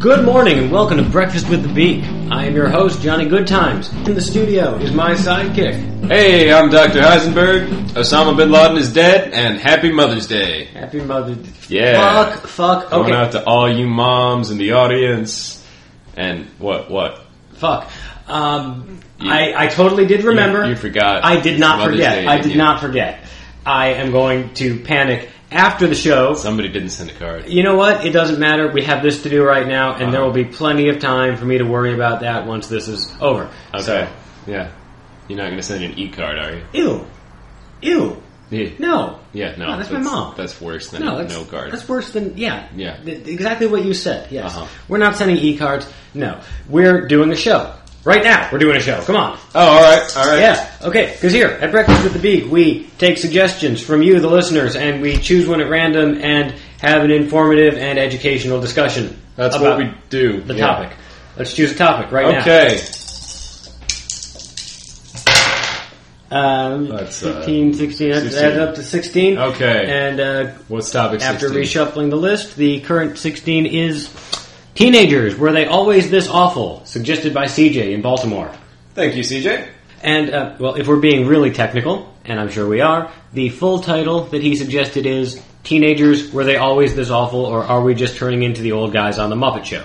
Good morning and welcome to Breakfast with the Beak. I am your host, Johnny Goodtimes. In the studio is my sidekick. Hey, I'm Dr. Heisenberg. Osama bin Laden is dead, and happy Mother's Day. Happy Mother. Yeah. Fuck, fuck, okay. Going out to all you moms in the audience. And what, what? Fuck. Um, I, I totally did remember. you forgot I did not Mother's forget. Day, I didn't did you? not forget. I am going to panic after the show. Somebody didn't send a card. You know what? It doesn't matter. We have this to do right now, and Uh-huh. there will be plenty of time for me to worry about that once this is over. Okay. So, Yeah. You're not going to send an e card, are you? ew. Ew. Yeah. No. Yeah, no. No, that's my mom. That's worse than No, a that's, no card. That's worse than yeah. Yeah. Th- exactly what you said. Yes, Uh-huh. we're not sending e-cards. No, we're doing a show right now. We're doing a show. Come on. Oh, alright, alright. Yeah. Okay. Because here at Breakfast with the Beak, we take suggestions from you, the listeners, and we choose one at random and have an informative and educational discussion. That's about what we do. The Yeah. topic. Let's choose a topic right now. Okay. Um, That's, uh, 15, 16, that's- 16. adds up to 16. Okay. And uh, What's topic After 16? reshuffling the list, the current 16 is Teenagers, Were They Always This Awful? Suggested by CJ in Baltimore. Thank you, CJ. And, uh, well, if we're being really technical, and I'm sure we are, the full title that he suggested is Teenagers, Were They Always This Awful, or Are We Just Turning Into the Old Guys on the Muppet Show?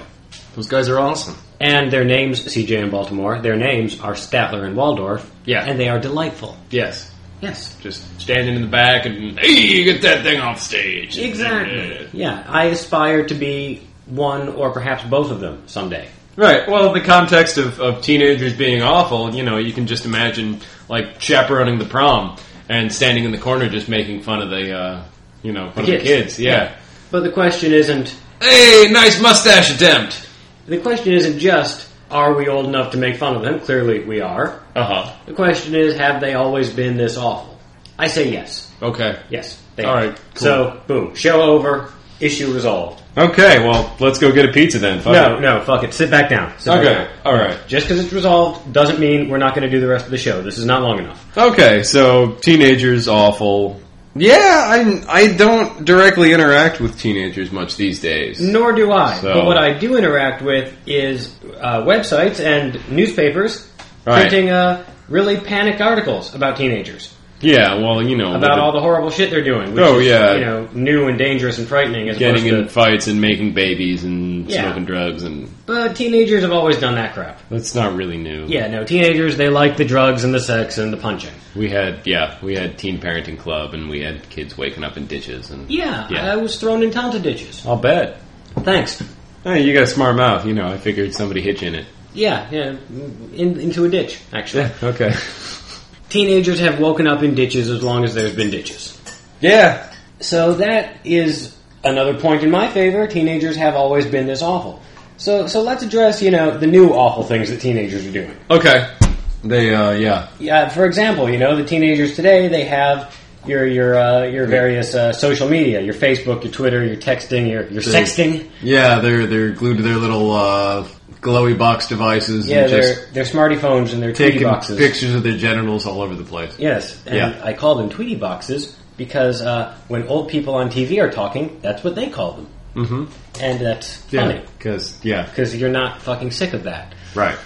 Those guys are awesome. And their names, CJ and Baltimore, their names are Statler and Waldorf. Yeah. And they are delightful. Yes. Yes. Just standing in the back and, hey, get that thing off stage. Exactly. Yeah, I aspire to be one or perhaps both of them someday. Right. Well, the context of, of teenagers being awful, you know, you can just imagine like chaperoning the prom and standing in the corner just making fun of the, uh, you know, fun of the kids. Yeah. But the question isn't Hey, nice mustache attempt. the question isn't just are we old enough to make fun of them? Clearly we are. Uh huh. The question is have they always been this awful? I say yes. Okay. Yes. They All have. right, cool. So boom, show over, issue resolved. Okay. Well, let's go get a pizza then. Fuck No, it. no, fuck it. Sit back down. Sit back Okay. down. All right. Just because it's resolved doesn't mean we're not going to do the rest of the show. This is not long enough. Okay. So teenagers awful. Yeah, I I don't directly interact with teenagers much these days. Nor do I. So- But what I do interact with is uh, websites and newspapers Right. printing uh, really panicked articles about teenagers, Yeah. Well, you know, with about the- all the horrible shit they're doing. Which Oh, is, yeah. you know, new and dangerous and frightening. As getting in opposed to, fights and making babies and Yeah. smoking drugs and but teenagers have always done that crap. that's not really new. Yeah, no, teenagers they like the drugs and the sex and the punching. We had yeah, we had teen parenting club and we had kids waking up in ditches and Yeah, Yeah. I was thrown in tons of ditches. I'll bet. Thanks. Hey, you got a smart mouth, you know. I figured somebody hit you in it. Yeah, yeah, in, into a ditch actually. Okay. Teenagers have woken up in ditches as long as there's been ditches. Yeah. So that is another point in my favor. Teenagers have always been this awful. So so let's address you know the new awful things that teenagers are doing. Okay. They uh yeah. Yeah, for example, you know the teenagers today they have your your uh, your various uh, social media, your Facebook, your Twitter, your texting, your your sexting. Yeah, they're they're glued to their little uh glowy box devices Yeah, their their smarty phones and their Tweety boxes. of their genitals all over the place. Yes, and Yeah. I call them Tweety boxes because uh, when old people on TV are talking, that's what they call them, Mhm. and that's funny Yeah, cuz yeah. because you're not fucking sick of that. Right.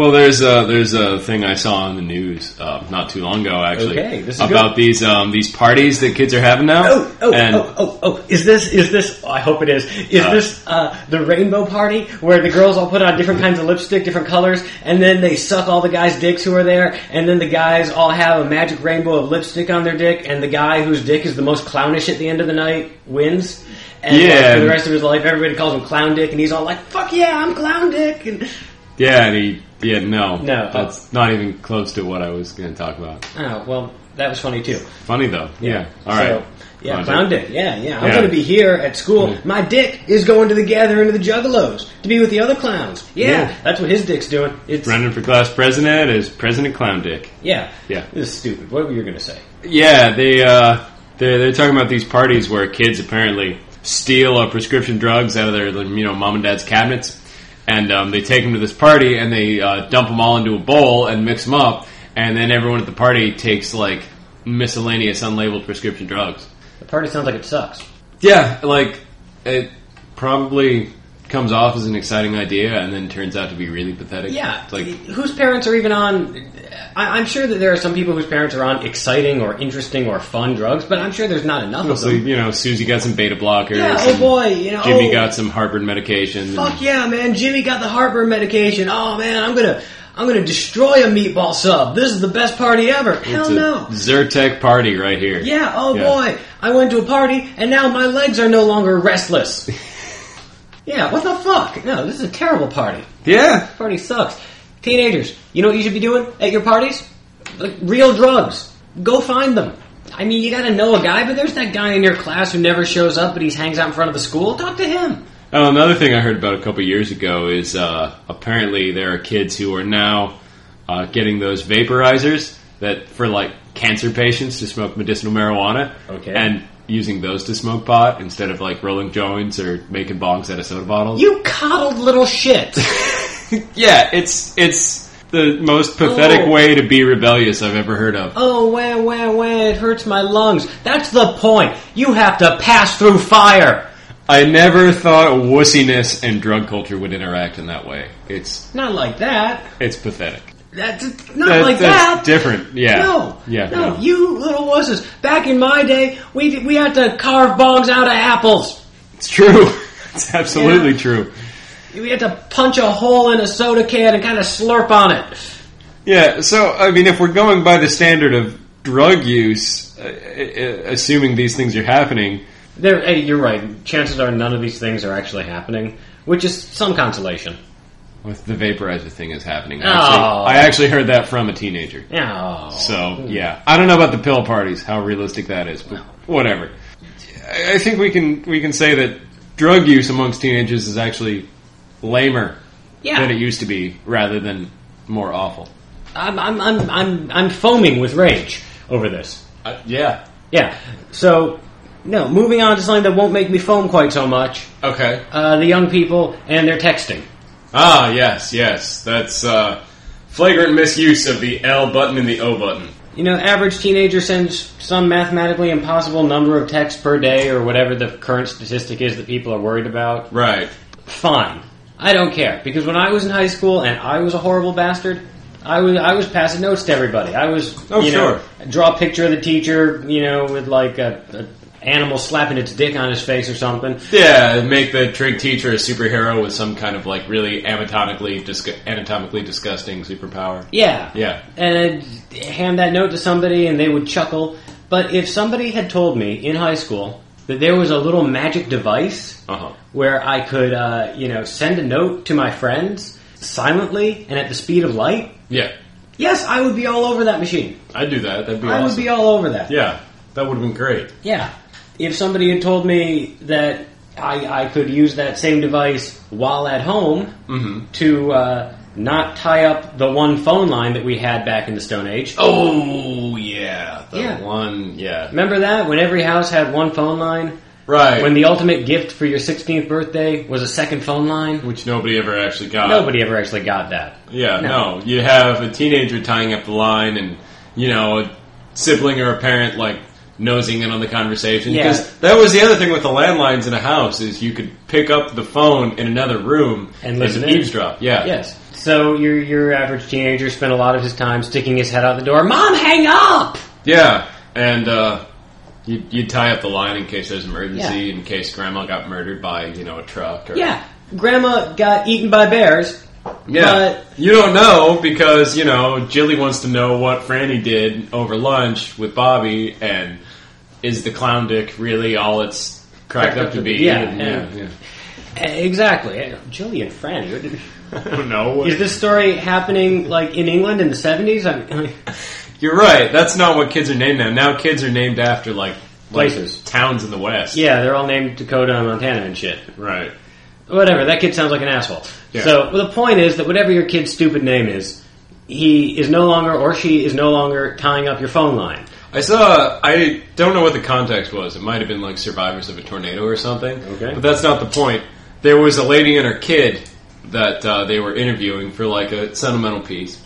Well, there's a, there's a thing I saw on the news uh, not too long ago, actually, Okay, this is about these um, these parties that kids are having now. Oh, oh, and oh, oh, oh! Is this is this? I hope it is. Is Uh. this uh, the rainbow party where the girls all put on different kinds of lipstick, different colors, and then they suck all the guys' dicks who are there, and then the guys all have a magic rainbow of lipstick on their dick, and the guy whose dick is the most clownish at the end of the night wins. And like, Yeah. for the rest of his life, everybody calls him clown dick, and he's all like, "Fuck yeah, I'm clown dick." And yeah, and he, yeah, no, No, that's not even close to what I was going to talk about. oh well, that was funny too. Funny though, yeah. All so, right, Yeah, Fine. clown dick. Yeah, yeah. I'm Yeah. Mm. going to be here at school. My dick is going to the gathering of the juggalos to be with the other clowns. Yeah, Yeah. that's what his dick's doing. It's Running for class president is President Clown Dick. yeah, Yeah. This is stupid. What were you going to say? Yeah, they uh, they're, they're talking about these parties where kids apparently steal uh, prescription drugs out of their you know mom and dad's cabinets, and um, they take them to this party and they uh, dump them all into a bowl and mix them up, and then everyone at the party takes like miscellaneous unlabeled prescription drugs. The party sounds like it sucks. Yeah, like it probably comes off as an exciting idea and then turns out to be really pathetic. Yeah, It's like whose parents are even on? I, I'm sure that there are some people whose parents are on exciting or interesting or fun drugs, but I'm sure there's not enough of mostly, them. you know, Susie got some beta blockers. Yeah, oh and boy, you know, Jimmy oh, got some heartburn medication. and- Fuck yeah, man! Jimmy got the heartburn medication. Oh man, I'm gonna, I'm gonna destroy a meatball sub. This is the best party ever. It's Hell a no. Zyrtec party right here. Yeah. Oh Yeah. boy, I went to a party and now my legs are no longer restless. yeah. What the fuck? No, this is a terrible party. Yeah. Party sucks. Teenagers, you know what you should be doing at your parties? Like, real drugs. Go find them. I mean, you gotta know a guy, but there's that guy in your class who never shows up, but he hangs out in front of the school. Talk to him. Oh, another thing I heard about a couple years ago is uh, apparently there are kids who are now uh, getting those vaporizers that for like cancer patients to smoke medicinal marijuana. Okay. And using those to smoke pot instead of like rolling joints or making bongs out of soda bottles. You coddled little shit. yeah, it's it's the most pathetic Oh. way to be rebellious I've ever heard of. oh, wah, wah, wah, it hurts my lungs. That's the point. You have to pass through fire. I never thought wussiness and drug culture would interact in that way. It's Not like that. it's pathetic. That's not That- like that. that's different. Yeah. No, Yeah. no, you little wusses. Back in my day, we we had to carve bongs out of apples. It's true. It's absolutely Yeah. true. We had to punch a hole in a soda can and kind of slurp on it. Yeah. So I mean, if we're going by the standard of drug use, uh, uh, assuming these things are happening, There, hey, you're right. Chances are none of these things are actually happening, which is some consolation. with the vaporizer thing is happening. I Oh. Actually, I actually heard that from a teenager. Yeah. So yeah, I don't know about the pill parties, how realistic that is, but whatever. I I think we can we can say that drug use amongst teenagers is actually lamer yeah, than it used to be, rather than more awful. I'm, I'm, I'm, I'm, I'm foaming with rage over this. Uh, yeah. Yeah. So, no. Moving on to something that won't make me foam quite so much. Okay. Uh, the young people and their texting. Ah, yes, yes. That's uh, flagrant misuse of the L button and the O button. You know, average teenager sends some mathematically impossible number of texts per day or whatever the current statistic is that people are worried about. Right. Fine. I don't care because when I was in high school and I was a horrible bastard, I was I was passing notes to everybody. I was Oh, you know, sure. draw a picture of the teacher, you know, with like a, a animal slapping its dick on his face or something. Yeah, make the trig teacher a superhero with some kind of like really anatomically disg- anatomically disgusting superpower. Yeah. Yeah. And I'd hand that note to somebody and they would chuckle. But if somebody had told me in high school that there was a little magic device Uh huh. where I could, uh, you know, send a note to my friends silently and at the speed of light, Yeah, yes, I would be all over that machine. I'd do that. That'd be I would awesome. be all over that. yeah, that would have been great. Yeah. If somebody had told me that I, I could use that same device while at home Mm-hmm. to uh, not tie up the one phone line that we had back in the Stone Age. Oh yeah, the Yeah. one. Yeah, Remember that? When every house had one phone line? right. When the ultimate gift for your 16th birthday was a second phone line? which nobody ever actually got. Nobody ever actually got that. Yeah, No. no. You have a teenager tying up the line, and you know a sibling or a parent like nosing in on the conversation. Yeah. Because that was the other thing with the landlines in a house is you could pick up the phone in another room And listen in. eavesdrop. Yeah. Yes. So your your average teenager spent a lot of his time sticking his head out the door. Mom, hang up. Yeah, and uh, you you tie up the line in case there's an emergency, Yeah. in case Grandma got murdered by you know a truck. Or, Yeah. Grandma got eaten by bears. yeah. you don't know because you know Jilly wants to know what Franny did over lunch with Bobby, and is the clown dick really all it's cracked up to be? Yeah, And- and- yeah, But eh, exactly. Eh, Jillian Fran. what did- yeah. I don't know. Is this story happening like in England in the seventies? I mean, You're right. That's not what kids are named now. Now kids are named after like like Places. towns in the West. yeah, they're all named Dakota and Montana and shit. right. Whatever. That kid sounds like an asshole. Yeah. So well, the point is that whatever your kid's stupid name is, he is no longer or she is no longer tying up your phone line. I saw. I don't know what the context was. It might have been like survivors of a tornado or something. Okay. but that's not the point. There was a lady and her kid that uh, they were interviewing for like a sentimental piece,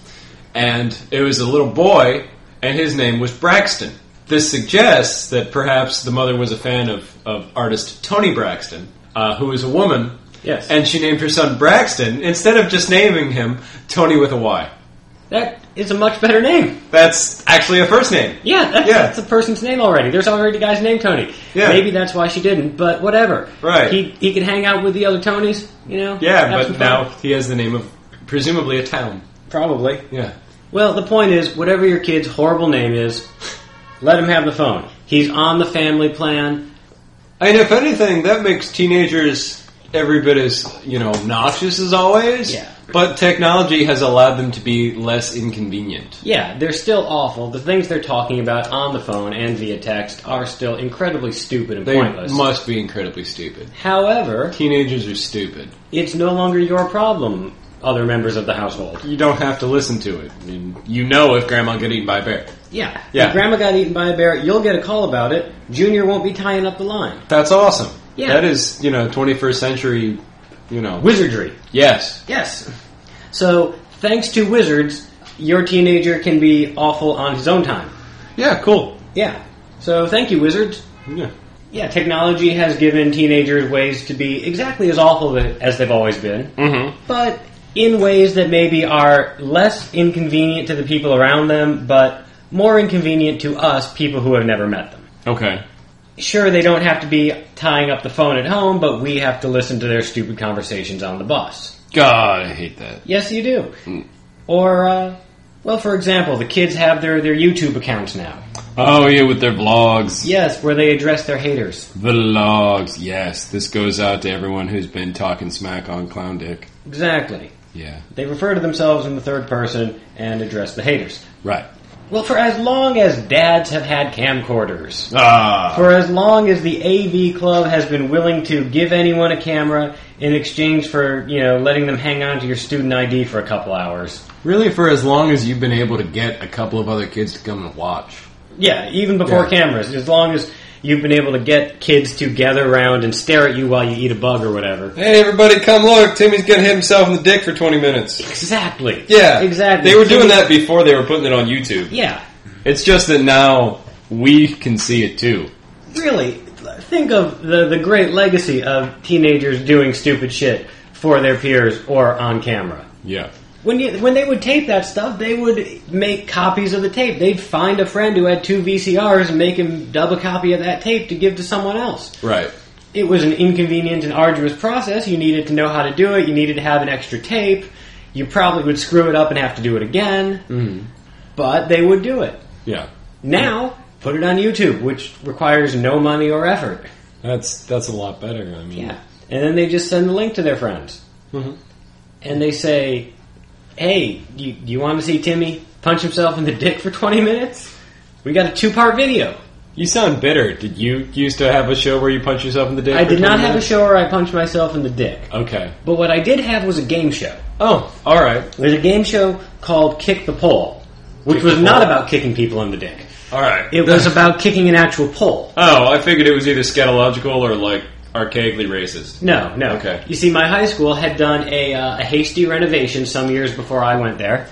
and it was a little boy, and his name was Braxton. This suggests that perhaps the mother was a fan of, of artist Tony Braxton, uh, who was a woman Yes. And she named her son Braxton instead of just naming him Tony with a Y. That is a much better name. That's actually a first name. Yeah, that's, Yeah. that's a person's name already. There's already a guy's name Tony. Yeah. Maybe that's why she didn't, but whatever. Right. He he could hang out with the other Tonys, you know. Yeah, have some fun. but now he has the name of presumably a town. probably. Yeah. Well, the point is, whatever your kid's horrible name is, let him have the phone. He's on the family plan. I mean, if anything, that makes teenagers every bit as you know obnoxious as always. Yeah. But technology has allowed them to be less inconvenient. Yeah, they're still awful. The things they're talking about on the phone and via text are still incredibly stupid and They pointless. must be incredibly stupid. However, Teenagers are stupid. it's no longer your problem, other members of the household. You don't have to listen to it. And you know if grandma got eaten by a bear. Yeah. If Yeah. grandma got eaten by a bear, you'll get a call about it. Junior won't be tying up the line. That's awesome. Yeah. That is, you know, 21st century, you know. Wizardry. yes. Yes. So, thanks to wizards, your teenager can be awful on his own time. Yeah, cool. Yeah. So, thank you, wizards. Yeah. Yeah, technology has given teenagers ways to be exactly as awful as they've always been, Mm-hmm. but in ways that maybe are less inconvenient to the people around them, but more inconvenient to us, people who have never met them. Okay. Sure, they don't have to be tying up the phone at home, but we have to listen to their stupid conversations on the bus. God, I hate that. Yes, you do. Or, uh, well, for example, the kids have their, their YouTube accounts now. Oh, yeah, with their vlogs. Yes, where they address their haters. Vlogs, yes. This goes out to everyone who's been talking smack on Clown Dick. Exactly. Yeah. They refer to themselves in the third person and address the haters. Right. Well, for as long as dads have had camcorders, Ah. for as long as the AV Club has been willing to give anyone a camera in exchange for, you know, letting them hang on to your student ID for a couple hours. Really, for as long as you've been able to get a couple of other kids to come and watch. Yeah, even before Yeah. cameras, as long as you've been able to get kids to gather around and stare at you while you eat a bug or whatever. Hey, everybody, come look. Timmy's going to hit himself in the dick for 20 minutes. Exactly. Yeah. Exactly. They were doing that before they were putting it on YouTube. Yeah. It's just that now we can see it too. Really, think of the, the great legacy of teenagers doing stupid shit for their peers or on camera. Yeah. When you, when they would tape that stuff, they would make copies of the tape. They'd find a friend who had two VCRs and make him dub a copy of that tape to give to someone else. Right. It was an inconvenient and arduous process. You needed to know how to do it. You needed to have an extra tape. You probably would screw it up and have to do it again. But they would do it. Yeah. Now, put it on YouTube, which requires no money or effort. That's that's a lot better. I mean, Yeah. And then they just send the link to their friends. Mhm. And they say, hey, you, you want to see Timmy punch himself in the dick for 20 minutes? We got a two part video. You sound bitter. Did you used to have a show where you punch yourself in the dick? I for did not 20 have a minutes? show where I punched myself in the dick. Okay. But what I did have was a game show. Oh, all right, There's a game show called Kick the Pole, which Kick was the not Pole. about kicking people in the dick. all right. It was about kicking an actual pole. oh, I figured it was either scatological or like archaically racist. No, no. Okay. You see, my high school had done a, uh, a hasty renovation some years before I went there,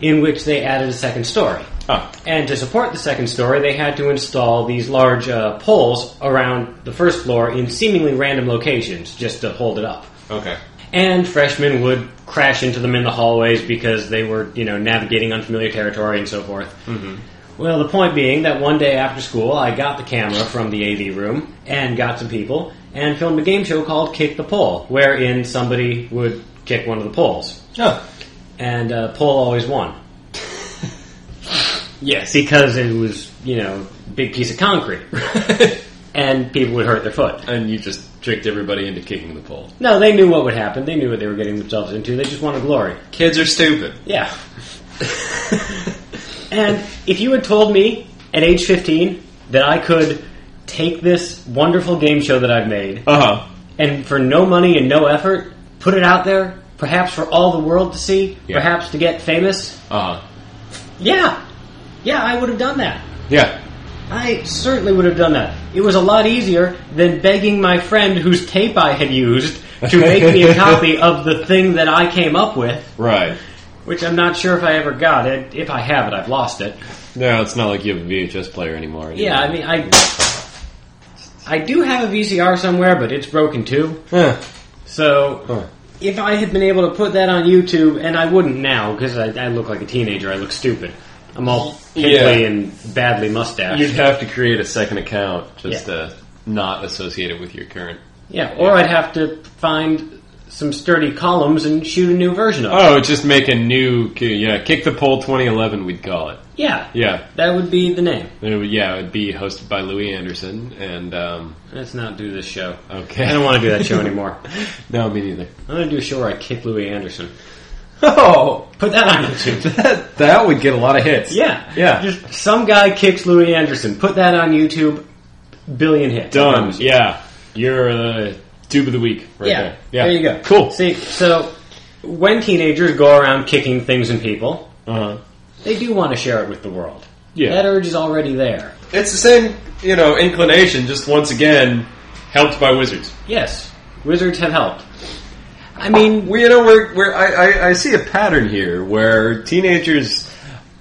in which they added a second story. Mm-hmm. Oh, And to support the second story, they had to install these large uh, poles around the first floor in seemingly random locations just to hold it up. okay. And freshmen would crash into them in the hallways because they were, you know, navigating unfamiliar territory and so forth. Mm-hmm. Well, the point being that one day after school, I got the camera from the AV room and got some people and filmed a game show called Kick the Pole, wherein somebody would kick one of the poles. Oh, And uh, pole always won. yes, because it was, you know, big piece of concrete. and people would hurt their foot. and you just tricked everybody into kicking the pole. No, they knew what would happen. They knew what they were getting themselves into. They just wanted glory. Kids are stupid. Yeah. and if you had told me at age 15 that I could take this wonderful game show that I've made Uh huh. and for no money and no effort, put it out there, perhaps for all the world to see, Yeah. perhaps to get famous, Uh huh. yeah. Yeah, I would have done that. Yeah. I certainly would have done that. It was a lot easier than begging my friend whose tape I had used to make me a copy of the thing that I came up with Right. which I'm not sure if I ever got it. If I have it, I've lost it. No, it's not like you have a VHS player anymore. Yeah, I mean, I I do have a VCR somewhere, but it's broken too. Huh. So if I had been able to put that on YouTube, and I wouldn't now because I, I look like a teenager, I look stupid. I'm all pimply Yeah. and badly mustached. You'd have to create a second account just Yeah. to not associate it with your current. yeah, or I'd have to find some sturdy columns and shoot a new version of. it. Oh, just make a new. Yeah, kick the poll 2011. We'd call it. yeah, Yeah, that would be the name. Then it would, yeah, it would be hosted by Louis Anderson and um, Let's not do this show. okay. I don't want to do that show anymore. no, me neither. I'm going to do a show where I kick Louis Anderson. Oh, Put that on YouTube. that that would get a lot of hits. Yeah, Yeah. Just some guy kicks Louis Anderson. Put that on YouTube. Billion hits. I done. promise you. Yeah, you're the tube of the week right yeah. there. There you go. Cool. See, so when teenagers go around kicking things and people, Uh-huh. they do want to share it with the world. Yeah. That urge is already there. It's the same, you know, inclination. Just once again, helped by wizards. Yes, wizards have helped. I mean, Well, you know, we're, we're, I, I, I see a pattern here where teenagers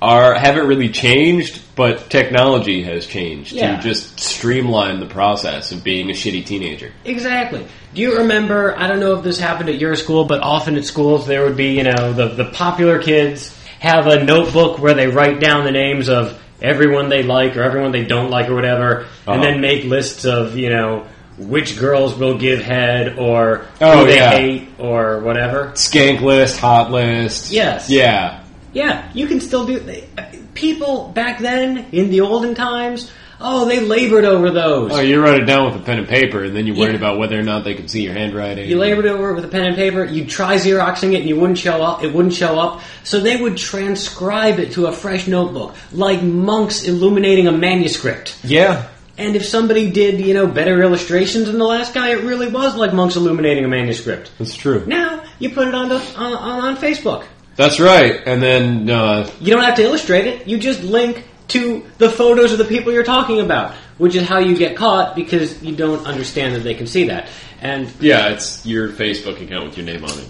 are haven't really changed, but technology has changed Yeah. to just streamline the process of being a shitty teenager. Exactly. Do you remember? I don't know if this happened at your school, but often at schools there would be, you know, the, the popular kids have a notebook where they write down the names of everyone they like or everyone they don't like or whatever, and Uh-huh. then make lists of, you know, which girls will give head or Oh, who they yeah. hate or whatever. Skank list, hot list. Yes. Yeah. Yeah, you can still do. They, uh, people back then in the olden times, oh, they labored over those. Oh, you wrote it down with a pen and paper, and then you worried Yeah. about whether or not they could see your handwriting. You labored over it with a pen and paper. You try xeroxing it, and you wouldn't show up. It wouldn't show up. So they would transcribe it to a fresh notebook, like monks illuminating a manuscript. Yeah. And if somebody did, you know, better illustrations than the last guy, it really was like monks illuminating a manuscript. That's true. Now you put it on the, on, on, on Facebook. That's right. And then, uh, You don't have to illustrate it. You just link to the photos of the people you're talking about, which is how you get caught because you don't understand that they can see that. And yeah, it's your Facebook account with your name on it.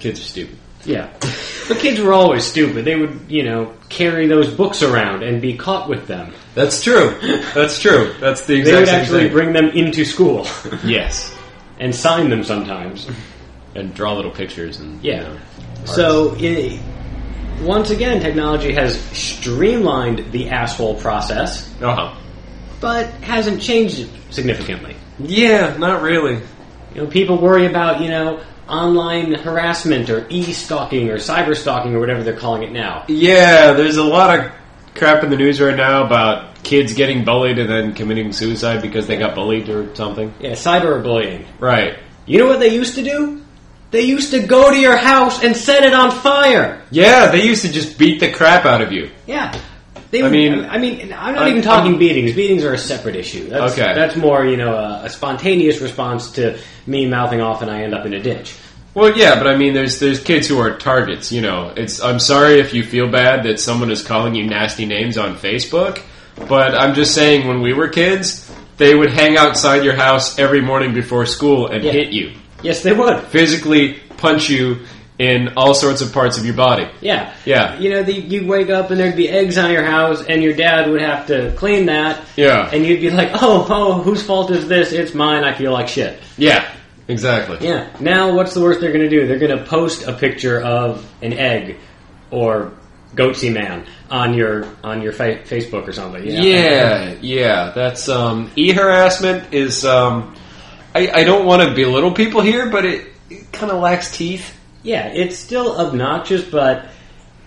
Kids are stupid. Yeah. But kids were always stupid. They would, you know, carry those books around and be caught with them. That's true. That's true. That's They the exact would same actually thing. bring them into school yes. and sign them sometimes. and draw little pictures and you Yeah. know, So, i once again, technology has streamlined the asshole process, uh-huh. but hasn't changed it significantly. yeah not really You know, people worry about, you know, online harassment or e-stalking or cyber stalking or whatever they're calling it now. yeah there's a lot of crap in the news right now about kids getting bullied and then committing suicide because they got bullied or something Yeah, cyberbullying. right You know what they used to do? They used to go to your house and set it on fire. yeah they used to just beat the crap out of you Yeah. They I would- mean- I mean, I'm not I- even talking beatings. Beatings are a separate issue. That's, Okay. that's more, you know, a, a spontaneous response to me mouthing off and I end up in a ditch. well yeah but i mean there's there's kids who are targets you know it's i'm sorry if you feel bad that someone is calling you nasty names on facebook but i'm just saying when we were kids they would hang outside your house every morning before school and Yeah. hit you Yes, they would. physically punch you in all sorts of parts of your body. Yeah. Yeah. You know, the, you'd wake up and there'd be eggs on your house, and your dad would have to clean that. Yeah. And you'd be like, oh, oh, whose fault is this? It's mine. I feel like shit. Yeah, exactly. Yeah. Now, what's the worst they're going to do? They're going to post a picture of an egg or goatsy man on your on your fa- Facebook or something. you know? Yeah, yeah. That's um, e harassment is. Um, I, I don't want to belittle people here, but it, it kind of lacks teeth. Yeah. It's still obnoxious, but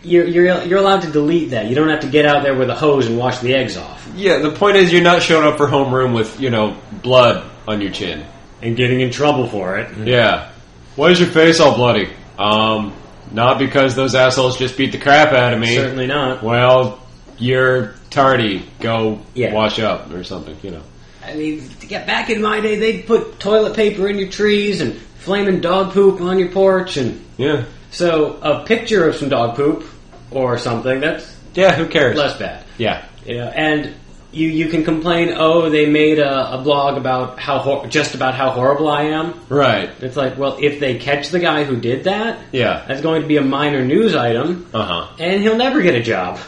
you're, you're you're allowed to delete that. You don't have to get out there with a hose and wash the eggs off Yeah, the point is you're not showing up for homeroom with you know blood on your chin. and getting in trouble for it. Yeah. Why is your face all bloody? Um, not because those assholes just beat the crap out of me. Certainly not. Well, you're tardy. Go Yeah. wash up or something. You know. I mean, yeah, back in my day, they'd put toilet paper in your trees and flaming dog poop on your porch, and Yeah. so a picture of some dog poop or something that's Yeah, who cares? less bad. Yeah. You know, and you you can complain, oh, they made a, a blog about how hor- just about how horrible I am. Right. It's like, well, if they catch the guy who did that, Yeah. that's going to be a minor news item, Uh and he'll never get a job.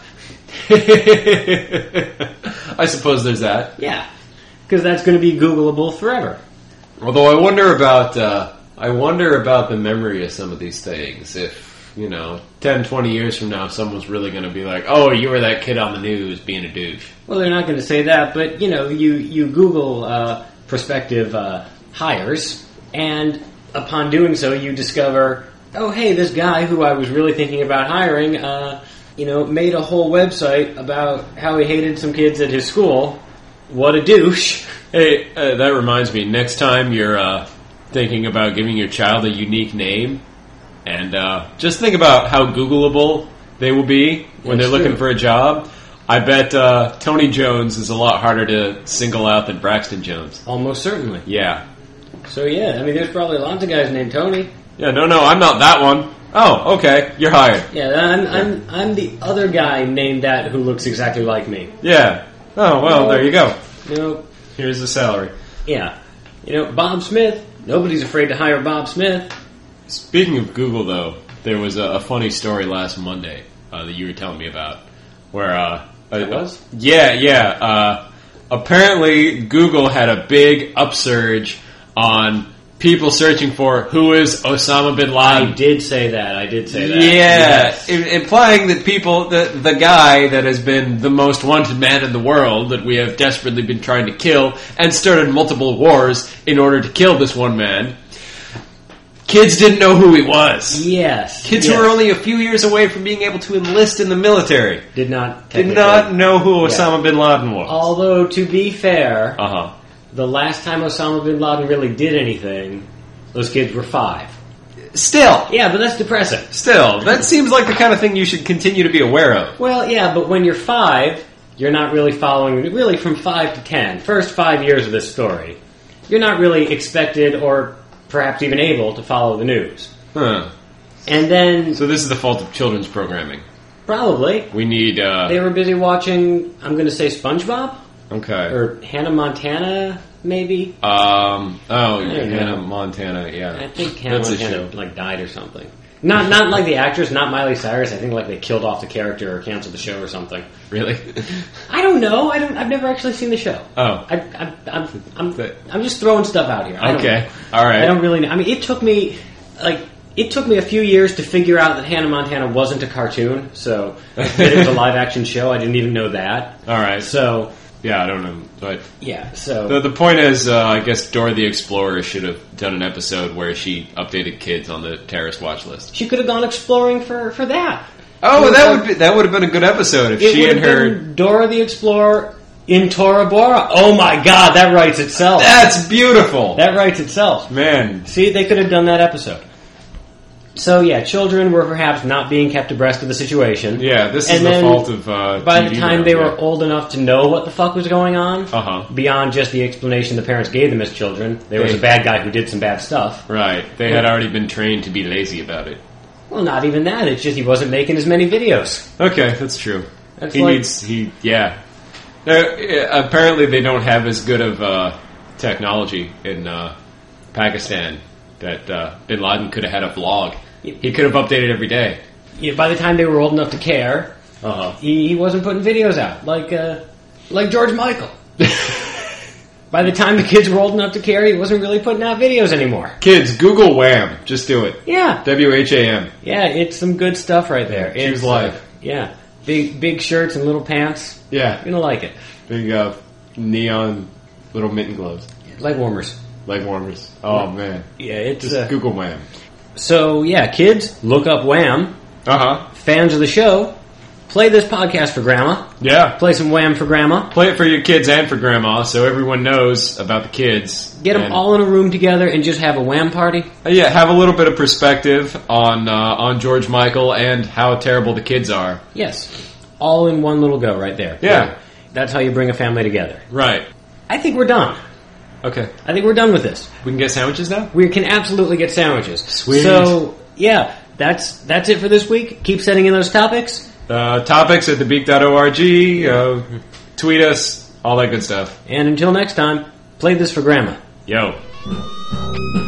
huh. I suppose there's that. Yeah, because that's going to be Googleable forever. Although I wonder about. Uh, I wonder about the memory of some of these things. If, you know, 10, 20 years from now, someone's really going to be like, oh, you were that kid on the news being a douche. Well, they're not going to say that, but you know, you you Google uh, prospective uh, hires, and upon doing so, you discover, oh, hey, this guy who I was really thinking about hiring, uh, you know, made a whole website about how he hated some kids at his school. What a douche! Hey, uh, that reminds me. Next time you're uh, thinking about giving your child a unique name, and uh, just think about how Googleable they will be when That's they're true. looking for a job. I bet uh, Tony Jones is a lot harder to single out than Braxton Jones. Almost certainly. Yeah, So yeah, I mean, there's probably lots of guys named Tony. yeah. No, no, I'm not that one. Oh, okay. You're hired. Yeah, I'm I'm I'm the other guy named that who looks exactly like me. Yeah. Oh well, there you go. You know, Here's the salary. yeah, you know, Bob Smith. Nobody's afraid to hire Bob Smith. Speaking of Google, though, there was a, a funny story last Monday uh, that you were telling me about, where uh, it was? Yeah, yeah. Uh, apparently, Google had a big upsurge on people searching for who is Osama bin I Laden. did say that. I did say that. Yeah, Yes. i- implying that people, the, the guy that has been the most wanted man in the world that we have desperately been trying to kill and started multiple wars in order to kill this one man. Kids didn't know who he was. Yes. Kids yes. who were only a few years away from being able to enlist in the military did not did technically- not know who Osama bin Laden was. Although to be fair, Uh huh. the last time Osama bin Laden really did anything, those kids were five. Still, Yeah, but that's depressing. still, that seems like the kind of thing you should continue to be aware of. Well, yeah, but when you're five, you're not really following. Really, from five to ten, first five years of this story, you're not really expected or perhaps even able to follow the news. Huh. And then So this is the fault of children's programming. probably We need. they Uh, were busy watching. I'm going to say SpongeBob okay. or Hannah Montana, maybe. Um. Oh, don't know. Hannah Montana. I Yeah. think Hannah That's a Montana show. like died or something. Not not like the actress, not Miley Cyrus. I think like they killed off the character or canceled the show or something. Really? I don't know. I don't. I've never actually seen the show. Oh. I, I, I'm I'm But- I'm just throwing stuff out here. I don't- Okay. All I right. don't really. know. I mean, it took me like it took me a few years to figure out that Hannah Montana wasn't a cartoon. So that it was a live action show. I didn't even know that. All right. So Yeah, I don't know. But yeah. So The, the point is, uh, I guess Dora the Explorer should have done an episode where she updated kids on the terrorist watch list. she could have gone exploring for for that. Oh, Well, that um, would be, that would have been a good episode if It she would and have her. been Dora the Explorer in Tora Bora. Oh my god, that writes itself. That's beautiful, That writes itself. man. See, they could have done that episode. So yeah, children were perhaps not being kept abreast of the situation. Yeah, this is And the then fault of. Uh, By the time they were old enough to know what the fuck was going on, Uh huh. beyond just the explanation the parents gave them as children, there was a They- bad guy who did some bad stuff. Right, they had already been trained to be lazy about it. Well, not even that. It's just he wasn't making as many videos. Okay, that's true. That's he like- needs he yeah. No, uh, apparently they don't have as good of uh, technology in uh, Pakistan that uh, Bin Laden could have had a vlog. He could have updated every day. You know, by the time they were old enough to care, Uh he, he wasn't putting videos out like uh, like George Michael. By the time the kids were old enough to care, he wasn't really putting out videos anymore. Kids, Google Wham. Just do it. Yeah, W H A M. yeah, it's some good stuff right there. Choose It's, uh, life. yeah, big big shirts and little pants. Yeah. You're gonna like it. Big uh, neon little mitten gloves, Leg warmers. leg warmers. Oh man, Yeah, it's just uh, Google Wham. so yeah, kids, look up Wham. Uh-huh. Uh huh. Fans of the show, play this podcast for Grandma. Yeah. Play some Wham for Grandma. Play it for your kids and for grandma, so everyone knows about the kids. Get them And- all in a room together and just have a Wham party. Uh, Yeah, have a little bit of perspective on uh, on George Michael and how terrible the kids are. Yes, all in one little go right there. Yeah. that's how you bring a family together. Right. I think we're done. Okay. I think we're done with this. We can get sandwiches now. We can absolutely get sandwiches. Sweet. So yeah, that's that's it for this week. Keep sending in those topics, Uh, topics at thebeak.org. Uh, tweet us. All that good stuff. and until next time, play this for Grandma. Yo.